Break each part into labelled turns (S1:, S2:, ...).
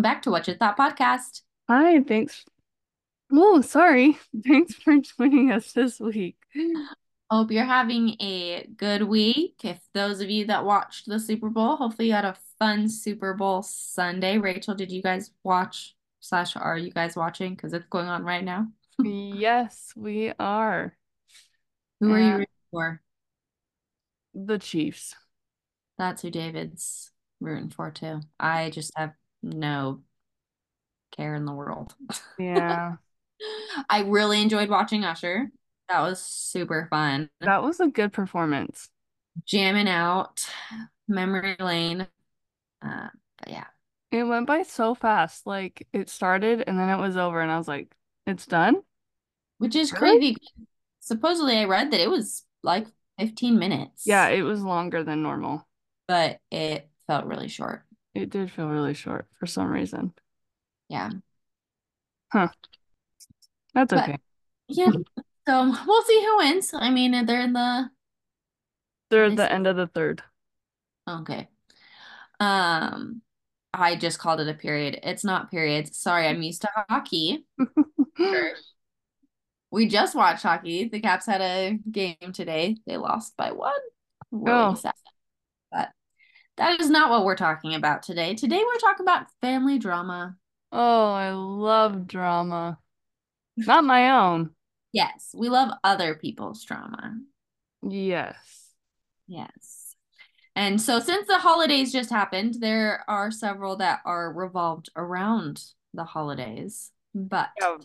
S1: back to What You Thought Podcast.
S2: Hi, thanks. Oh, sorry. Thanks for joining us this week.
S1: Hope you're having a good week. If those of you that watched the Super Bowl, hopefully you had a fun Super Bowl Sunday. Rachel, did you guys watch slash are you guys watching? Because it's going on right now.
S2: Yes, we are.
S1: Who are you
S2: Uh,
S1: rooting for?
S2: The Chiefs.
S1: That's who David's rooting for too. I just have no care in the world.
S2: Yeah.
S1: I really enjoyed watching Usher. That was super fun.
S2: That was a good performance.
S1: Jamming out, memory lane. Uh, but yeah,
S2: It went by so fast. Like it started and then it was over and I was like, it's done?
S1: which is
S2: Really?
S1: crazy. Supposedly, I read that it was like 15 minutes.
S2: Yeah, it was longer than normal.
S1: but it felt really short.
S2: It did feel really short for some reason.
S1: Yeah.
S2: That's
S1: But-
S2: okay.
S1: Yeah.
S2: Mm-hmm.
S1: So we'll see who wins. I mean, uh, they're in the
S2: They're
S1: I
S2: at the
S1: see.
S2: end of the third.
S1: Okay. Um, I just called it a period. It's not periods. Sorry, I'm used to hockey. Sure. We just watched hockey. The Caps had a game today. They lost by one. Really
S2: Oh.
S1: sad. But that is not what we're talking about today. Today we're talking about family drama.
S2: Oh, I love drama. Not my own.
S1: Yes, we love other people's drama.
S2: Yes.
S1: Yes. And so since the holidays just happened, there are several that are revolved around the holidays. But
S2: Yeah.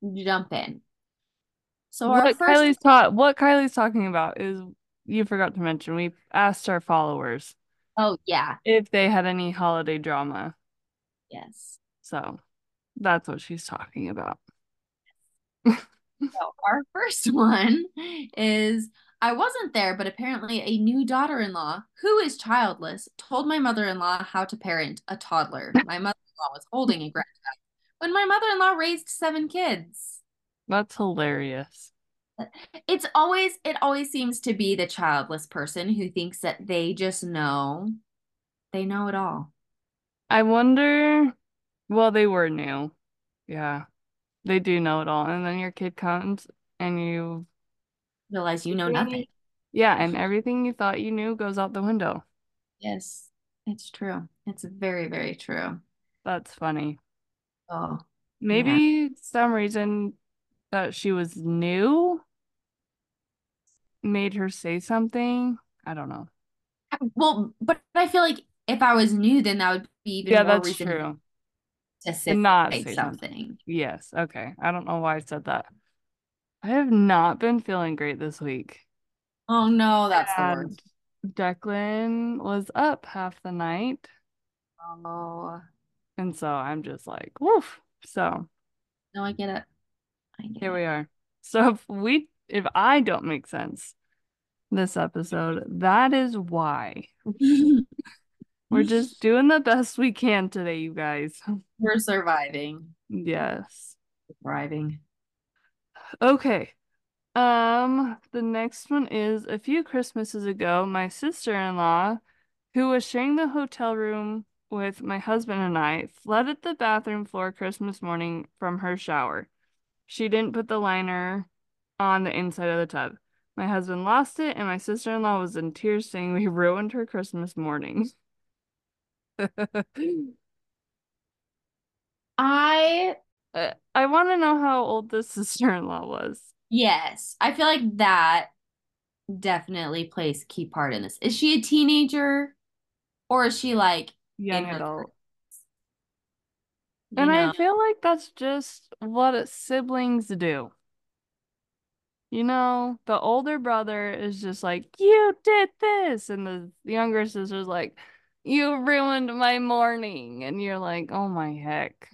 S1: let's jump in. So our
S2: What
S1: first
S2: Kylie's ta- what Kylie's talking about is you forgot to mention we asked our followers
S1: oh yeah,
S2: if they had any holiday drama.
S1: yes.
S2: So that's what she's talking about.
S1: So our first one is I wasn't there, but apparently a new daughter-in-law who is childless told my mother-in-law how to parent a toddler. My mother-in-law was holding a grandchild when my mother-in-law raised seven kids.
S2: That's hilarious.
S1: It's always it always seems to be the childless person who thinks that they just know they know it all.
S2: I wonder well, they were new. Yeah. They do know it all. And then your kid comes and you
S1: Realize you know nothing.
S2: yeah, and everything you thought you knew goes out the window.
S1: Yes, it's true. It's very, very true.
S2: That's funny.
S1: Oh,
S2: Maybe some reason that she was new made her say something. I don't know.
S1: well, but I feel like if I was new, then that would be even
S2: yeah,
S1: more
S2: that's
S1: reason
S2: true.
S1: to say,
S2: not
S1: say
S2: say something.
S1: something.
S2: Yes. Okay. I don't know why I said that. I have not been feeling great this week.
S1: Oh no, that's the
S2: And
S1: worst.
S2: Declan was up half the night.
S1: Oh,
S2: And so I'm just like, woof. So
S1: no, I get it. I get
S2: here
S1: it.
S2: we are. So if we if I don't make sense this episode, that is why. We're just doing the best we can today, you guys.
S1: We're surviving,
S2: Yes.
S1: thriving.
S2: Okay. Um, the next one is a few Christmases ago, my sister-in-law, who was sharing the hotel room with my husband and I, flooded the bathroom floor Christmas morning from her shower. She didn't put the liner on the inside of the tub. My husband lost it, and my sister-in-law was in tears saying we ruined her Christmas morning.
S1: I
S2: Uh, I want to know how old this sister-in-law was.
S1: Yes, I feel like that definitely plays a key part in this. Is she a teenager or is she like,
S2: Young
S1: her
S2: adult.
S1: you
S2: And
S1: know?
S2: I feel like that's just what siblings do. You know, the older brother is just like, You did this. And the younger sister's like, You ruined my morning. And you're like, Oh my heck.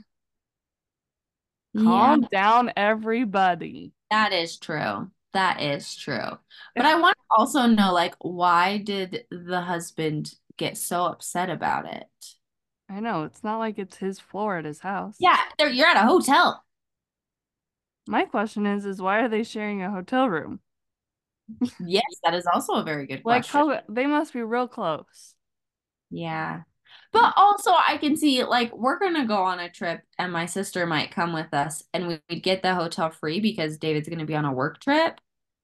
S2: Calm
S1: Yeah,
S2: down, everybody.
S1: that is true. That is true. But I want to also know, like, why did the husband get so upset about it?
S2: I know. It's not like it's his floor at his house.
S1: Yeah, they're, you're at a hotel.
S2: My question is, is why are they sharing a hotel room?
S1: Yes, that is also a very good
S2: Like
S1: question.
S2: how they must be real close.
S1: Yeah. But also, I can see like we're gonna go on a trip, and my sister might come with us, and we- we'd get the hotel free because David's gonna be on a work trip,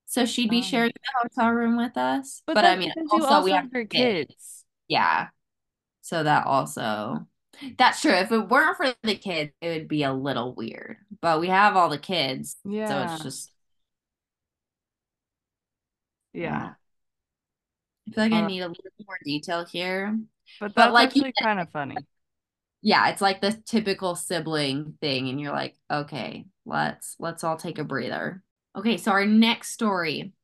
S1: so she'd be
S2: Um,
S1: sharing the hotel room with us. But, I
S2: that's
S1: mean,
S2: because you
S1: also, we have
S2: your
S1: kids.
S2: kids.
S1: yeah, so that also that's true. If it weren't for the kids, it would be a little weird. But we have all the kids, so
S2: Yeah.
S1: it's just
S2: Yeah.
S1: I feel like I
S2: Uh,
S1: need a little more detail here.
S2: But
S1: But
S2: that's
S1: like you
S2: actually kind of funny.
S1: yeah it's like the typical sibling thing and you're like okay let's let's all take a breather okay so our next story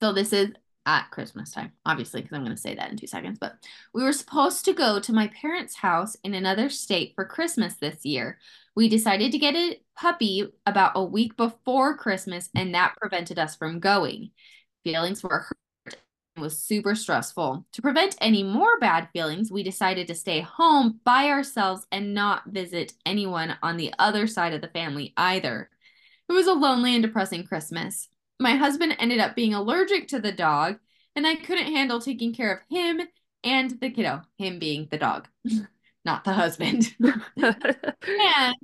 S1: so this is at christmas time obviously because i'm going to say that in two seconds but we were supposed to go to my parents house in another state for christmas this year we decided to get a puppy about a week before christmas and that prevented us from going feelings were hurt and was super stressful. To prevent any more bad feelings, we decided to stay home by ourselves and not visit anyone on the other side of the family either. It was a lonely and depressing Christmas. My husband ended up being allergic to the dog, and I couldn't handle taking care of him and the kiddo, him being the dog, not the husband. Oh And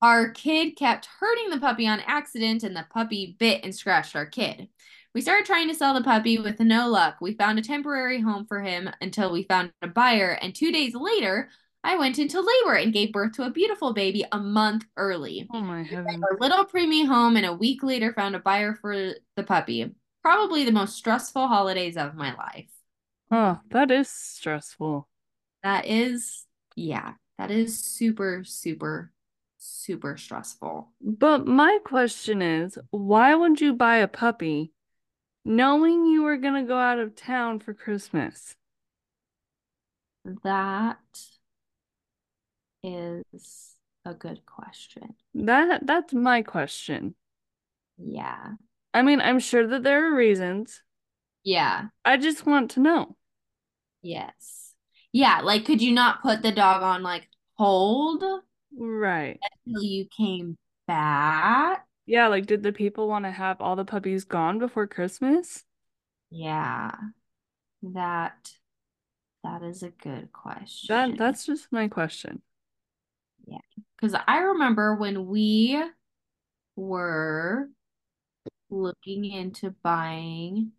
S1: our kid kept hurting the puppy on accident, and the puppy bit and scratched our kid. We started trying to sell the puppy with no luck. We found a temporary home for him until we found a buyer, and two days later, I went into labor and gave birth to a beautiful baby a month early.
S2: Oh my heavens.
S1: Our little preemie home, and a week later, found a buyer for the puppy. Probably the most stressful holidays of my life.
S2: Huh, that is stressful.
S1: That is, yeah, that is super, super, super stressful.
S2: But my question is, why would you buy a puppy knowing you were gonna go out of town for Christmas?
S1: That is a good question.
S2: That that's my question.
S1: Yeah.
S2: I mean, I'm sure that there are reasons.
S1: Yeah.
S2: I just want to know.
S1: Yes. Yeah. Like, could you not put the dog on like hold
S2: Right.
S1: till you came back?
S2: Yeah, like did the people want to have all the puppies gone before Christmas?
S1: Yeah. That that is a good question.
S2: That that's just my question.
S1: Because I remember when we were looking into buying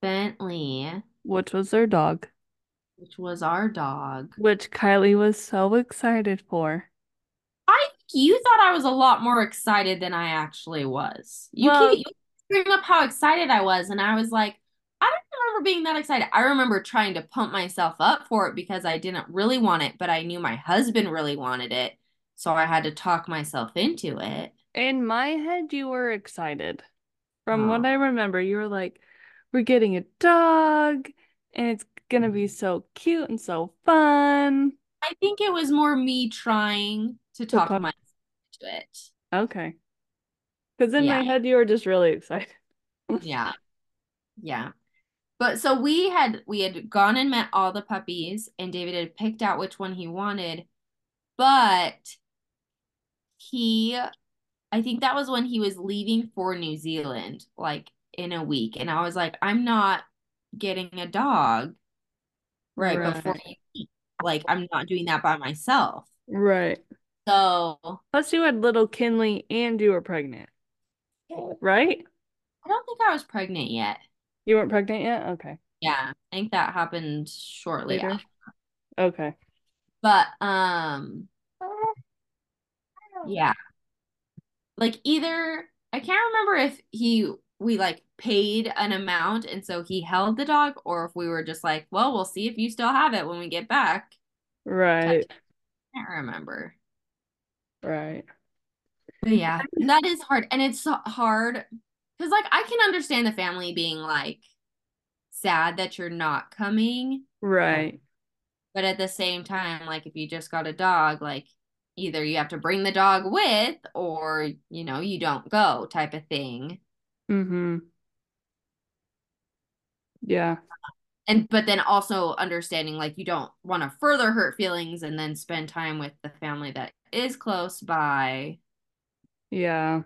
S1: Bentley,
S2: Which was their dog,
S1: which was our dog.
S2: which Kylie was so excited for.
S1: I think you thought I was a lot more excited than I actually was. You
S2: Well-
S1: keep you keep bringing up how excited I was, and I was like, I don't remember being that excited. I remember trying to pump myself up for it because I didn't really want it, but I knew my husband really wanted it, so I had to talk myself into it.
S2: In my head, you were excited. From what
S1: Oh.
S2: I remember, you were like, we're getting a dog and it's gonna be so cute and so fun.
S1: I think it was more me trying to talk
S2: pump-
S1: myself into it.
S2: Okay. Because in my
S1: Yeah.
S2: head, you were just really excited.
S1: Yeah. Yeah. But so we had we had gone and met all the puppies and David had picked out which one he wanted, but he I think that was when he was leaving for New Zealand like in a week and I was like I'm not getting a dog right, before
S2: Right.
S1: you leave. like I'm not doing that by myself.
S2: Right.
S1: So
S2: Plus, you had little Kinley and you were pregnant,
S1: I
S2: right?
S1: don't think I was pregnant yet.
S2: You weren't pregnant yet? Okay.
S1: Yeah, I think that happened shortly
S2: Later.
S1: after.
S2: Okay.
S1: But um yeah, like either I can't remember if he we like paid an amount and so he held the dog or if we were just like, well, we'll see if you still have it when we get back.
S2: Right.
S1: I can't remember.
S2: Right.
S1: But yeah, that is hard and it's so hard cuz like I can understand the family being like sad that you're not coming,
S2: Right.
S1: but at the same time like if you just got a dog like either you have to bring the dog with or you know, you don't go type of thing.
S2: Mm-hmm. Yeah.
S1: and but then also understanding like you don't want to further hurt feelings and then spend time with the family that is close by
S2: Yeah.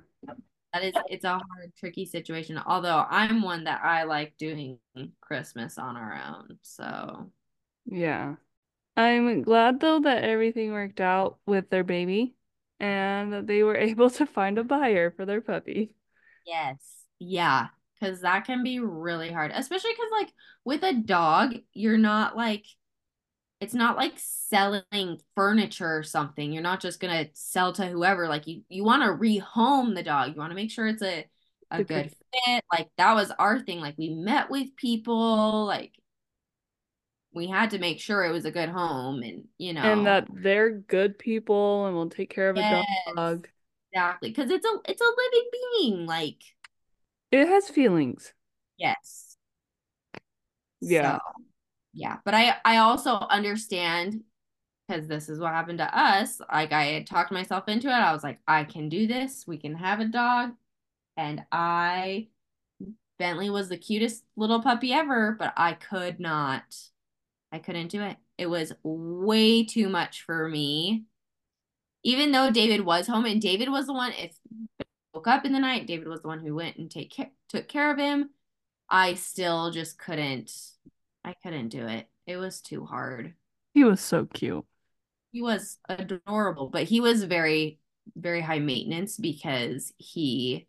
S1: that is it's a hard tricky situation although i'm one that i like doing christmas on our own so
S2: Yeah. I'm glad though that everything worked out with their baby and that they were able to find a buyer for their puppy.
S1: Yes. Yeah, because that can be really hard, especially because, like, with a dog, you're not like, it's not like selling furniture or something. You're not just gonna sell to whoever. Like, you you want to rehome the dog. You want to make sure it's a a
S2: The
S1: good fit. Like that was our thing. Like we met with people. Like we had to make sure it was a good home, and you know,
S2: And that they're good people and will take care of
S1: Yes.
S2: a dog.
S1: exactly because it's a it's a living being. Like
S2: It has feelings.
S1: yes,
S2: Yeah.
S1: So, yeah, but I I also understand because this is what happened to us. Like I had talked myself into it. I was like, I can do this. We can have a dog, and I. Bentley was the cutest little puppy ever, but I could not. I couldn't do it. It was way too much for me. Even though David was home and David was the one if Bentley woke up in the night, David was the one who went and take care, took care of him. I still just couldn't. I couldn't do it. It was too hard.
S2: He was so cute.
S1: He was adorable, but he was very very high maintenance because he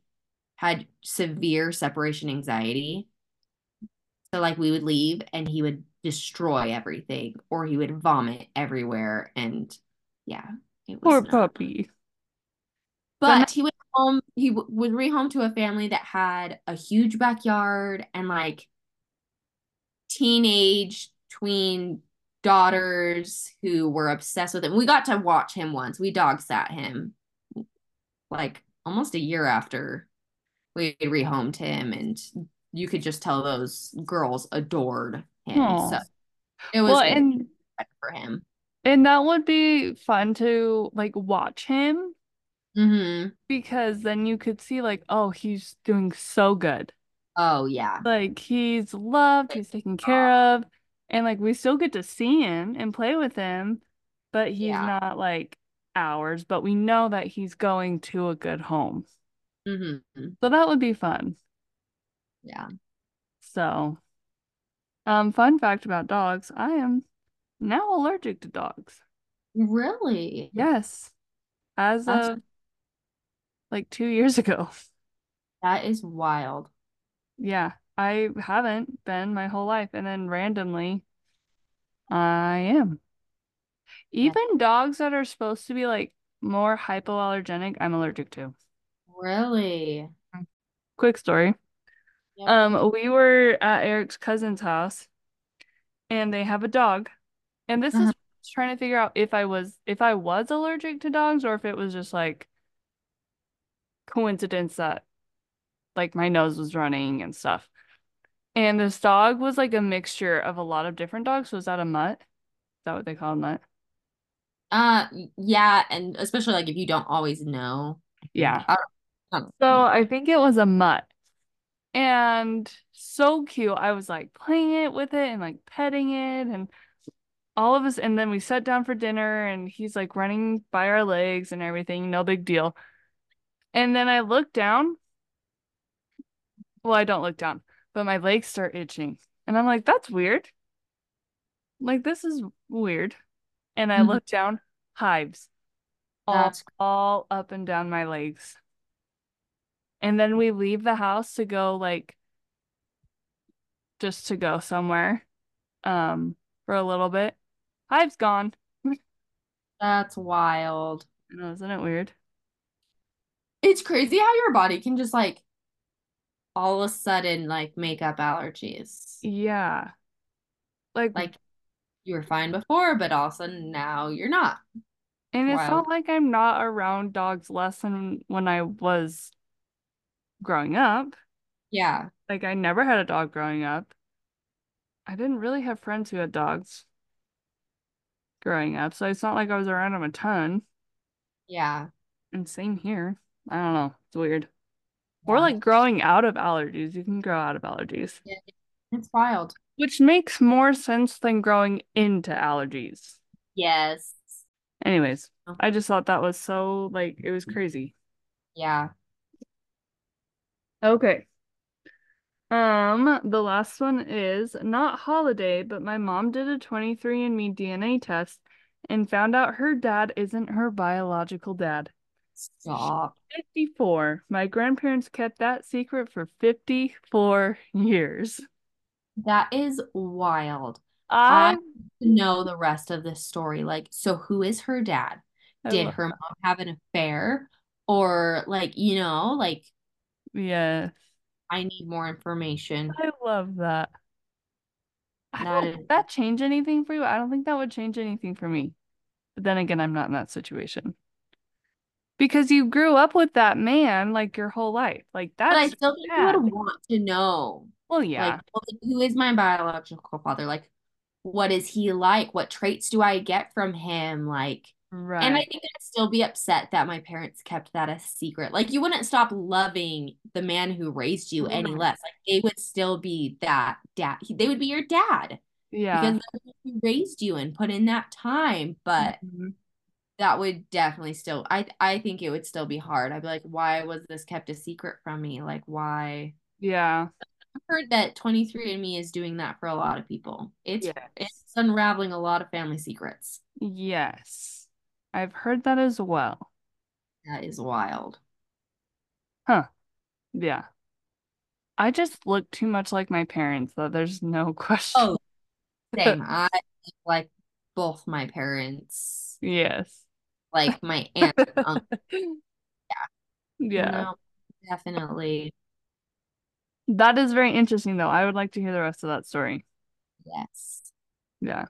S1: had severe separation anxiety. So like we would leave and he would destroy everything or he would vomit everywhere and yeah, it was
S2: Poor
S1: not-
S2: puppy.
S1: But he went home he w- was rehome to a family that had a huge backyard and like teenage tween daughters who were obsessed with him. We got to watch him once. We dog sat him like almost a year after we had rehomed him and you could just tell those girls adored him.
S2: Aw.
S1: So it was
S2: Well, and
S1: respect for him.
S2: and that would be fun to like watch him
S1: hmm
S2: because then you could see like, oh, he's doing so good.
S1: Oh yeah.
S2: Like he's loved, he's taken care of, and like we still get to see him and play with him, but he's
S1: Yeah.
S2: not like ours, but we know that he's going to a good home.
S1: hmm
S2: So that would be fun.
S1: Yeah.
S2: So, um, fun fact about dogs, I am now allergic to dogs.
S1: Really?
S2: Yes. As
S1: That's-
S2: of like two years ago.
S1: That is wild.
S2: Yeah, I haven't been my whole life, and then randomly I am.
S1: Yeah.
S2: Even dogs that are supposed to be like more hypoallergenic, I'm allergic to.
S1: Really?
S2: Quick story.
S1: Yep.
S2: Um, we were at Eric's cousin's house and they have a dog. And this is
S1: Uh-huh.
S2: trying to figure out if I was if I was allergic to dogs or if it was just like coincidence that like my nose was running and stuff. And this dog was like a mixture of a lot of different dogs. So is that a mutt? Is that what they call a mutt?
S1: Uh, yeah, and especially like if you don't always know. Um, I think.
S2: Yeah.
S1: I don't, I
S2: So
S1: don't
S2: I think it was a mutt. and so cute. I was like playing it with it and like petting it and all of us. And then we sat down for dinner and he's like running by our legs and everything, no big deal. And then I look down. Well, I don't look down, but my legs start itching. And I'm like, that's weird. Like, this is weird. And I
S1: Mhm.
S2: look down, hives all,
S1: That's
S2: all up and down my legs. And then we leave the house to go like just to go somewhere um for a little bit. Hive's gone.
S1: that's wild.
S2: I know, isn't it weird?
S1: It's crazy how your body can just like all of a sudden like make up allergies.
S2: Yeah. Like,
S1: Like you were fine before, but all of a sudden now you're not.
S2: and it's
S1: Wild.
S2: not like I'm not around dogs less than when I was growing up.
S1: Yeah.
S2: Like, I never had a dog growing up. I didn't really have friends who had dogs growing up. So it's not like I was around them a ton.
S1: Yeah.
S2: And same here. I don't know. It's weird. Or
S1: Yeah.
S2: like growing out of allergies. You can grow out of allergies,
S1: Yeah. It's wild.
S2: which makes more sense than growing into allergies.
S1: Yes.
S2: Anyways,
S1: Oh.
S2: I just thought that was so like, it was crazy.
S1: Yeah.
S2: Okay. Um, the last one is not holiday, but my mom did a 23andMe DNA test and found out her dad isn't her biological dad.
S1: Stop.
S2: 54. My grandparents kept that secret for 54 years.
S1: That is wild. Ah,
S2: I,
S1: To know the rest of this story, like, so who is her dad?
S2: I
S1: Did
S2: love-
S1: her mom have an affair? Or, like, you know, like,
S2: yes.
S1: I need more information.
S2: I love that. I
S1: That
S2: don't,
S1: is-
S2: would that change anything for you? I don't think that would change anything for me. But then again, I'm not in that situation. Because you grew up with that man like your whole life. Like
S1: But I
S2: that's
S1: still think
S2: bad.
S1: I would want to know.
S2: well, yeah.
S1: Like, well, like, who is my biological father? Like, what is he like? What traits do I get from him? Like,
S2: right.
S1: and I think I'd still be upset that my parents kept that a secret. Like, you wouldn't stop loving the man who raised you any
S2: Right.
S1: less. Like, they would still be that dad. he- They would be your dad
S2: yeah.
S1: because they're the one who raised you and put in that time. But
S2: Mhm.
S1: that would definitely still, I, I think it would still be hard. I'd be like, why was this kept a secret from me? Like, why?
S2: yeah.
S1: heard that 23andMe is doing that for a lot of people. It's
S2: Yes.
S1: it's unraveling a lot of family secrets.
S2: Yes. I've heard that as well.
S1: That is wild.
S2: Yeah. I just look too much like my parents that there's no question.
S1: Oh. Same. I look like both my parents,
S2: Yes.
S1: like my aunt. uncle.
S2: Yeah.
S1: No, definitely.
S2: That is very interesting though. I would like to hear the rest of that story.
S1: Yes.
S2: Yeah.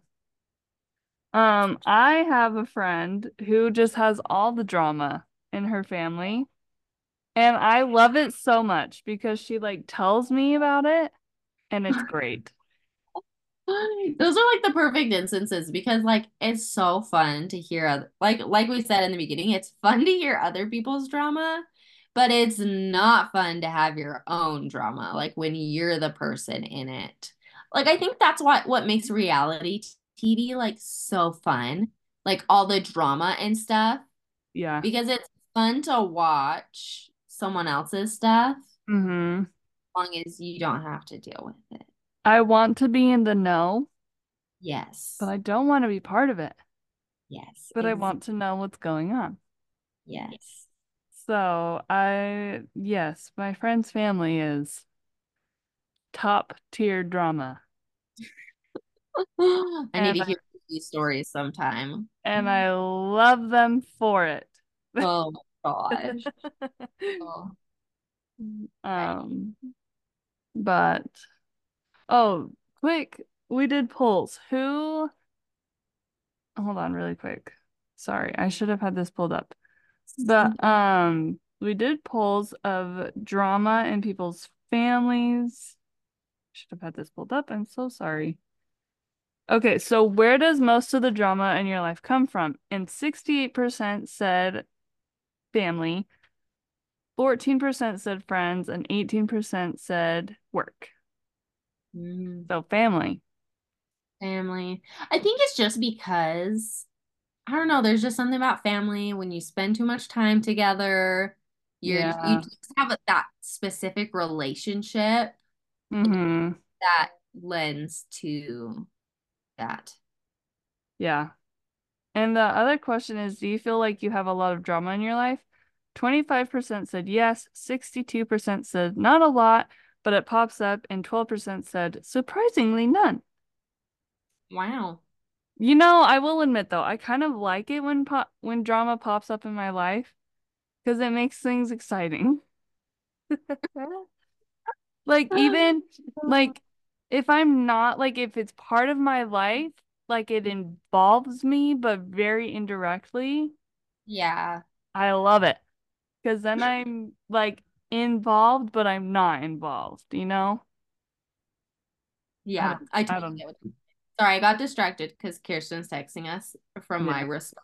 S2: Um, I have a friend who just has all the drama in her family. And I love it so much because she like tells me about it and it's great.
S1: Those are like the perfect instances because like it's so fun to hear other, like like we said in the beginning, it's fun to hear other people's drama, but it's not fun to have your own drama like when you're the person in it. Like I think that's what what makes reality t- TV like so fun, like all the drama and stuff
S2: Yeah.
S1: because it's fun to watch someone else's stuff as
S2: Mm-hmm.
S1: long as you don't have to deal with it.
S2: I want to be in the know,
S1: Yes.
S2: but I don't want to be part of it.
S1: yes.
S2: But I
S1: ex-
S2: want to know what's going on.
S1: yes.
S2: So I, yes, my friend's family is top tier drama.
S1: I need
S2: And
S1: to
S2: I-
S1: hear these stories sometime.
S2: and I love them for it.
S1: Oh my gosh. Oh.
S2: Um, but oh, quick, we did polls. Who? Hold on, really quick. Sorry, I should have had this pulled up. But um, we did polls of drama in people's families. Should have had this pulled up. I'm so sorry. Okay, so where does most of the drama in your life come from? And 68% said family, 14% said friends, and 18% said work.
S1: Mm,
S2: So family.
S1: family. I think it's just because I don't know, there's just something about family when you spend too much time together, you're
S2: Yeah.
S1: you just have that specific relationship
S2: hmm
S1: that lends to that.
S2: Yeah. And the other question is, do you feel like you have a lot of drama in your life? 25% said yes, 62% said not a lot, but it pops up, and 12% said surprisingly none.
S1: Wow.
S2: You know, I will admit though, I kind of like it when pop when drama pops up in my life because it makes things exciting. Like even like if I'm not like if it's part of my life, like it involves me but very indirectly,
S1: Yeah.
S2: I love it. Because then I'm like involved but I'm not involved, you know?
S1: Yeah.
S2: don't-
S1: I
S2: I
S1: totally
S2: don't-
S1: get what you- Sorry, I got distracted because Kirsten's texting us from my
S2: Yeah.
S1: response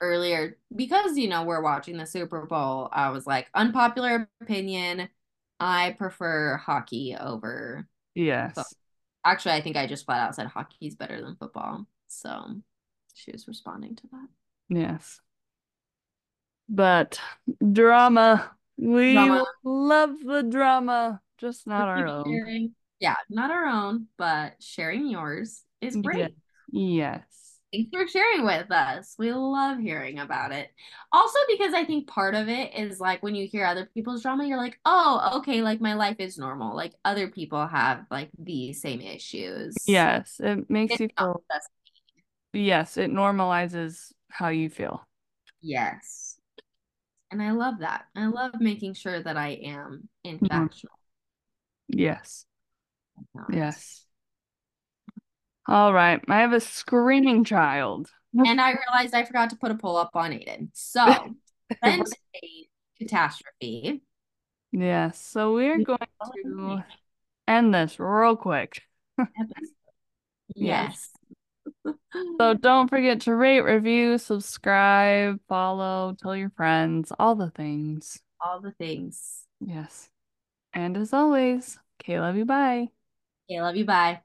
S1: earlier because you know we're watching the Super Bowl. I was like, unpopular opinion, I prefer hockey over.
S2: Yes.
S1: Actually, I think I just flat out said hockey's better than football. So she was responding to that.
S2: Yes. But drama. We
S1: Drama.
S2: love the drama. just not our
S1: Keep
S2: own.
S1: sharing. Yeah, not our own, but sharing yours is great.
S2: Yeah. Yes.
S1: Thanks for sharing with us. We love hearing about it. Also, because I think part of it is like when you hear other people's drama, you're like, oh, okay, like my life is normal. Like other people have like the same issues.
S2: Yes. It makes
S1: It's
S2: you
S1: not
S2: feel,
S1: just-
S2: yes, it normalizes how you feel.
S1: Yes. And I love that. I love making sure that I am, in
S2: Mhm.
S1: fact,
S2: Yes.
S1: not.
S2: Yes. All right. I have a screaming child.
S1: And I realized I forgot to put a poll up on Aiden. So, prevent a catastrophe.
S2: Yes. So we're
S1: We
S2: going
S1: will
S2: to end this real quick.
S1: Yes.
S2: So don't forget to rate, review, subscribe, follow, tell your friends, all the things.
S1: All the things.
S2: Yes. And as always, okay, love you. Bye.
S1: Okay, love you. Bye.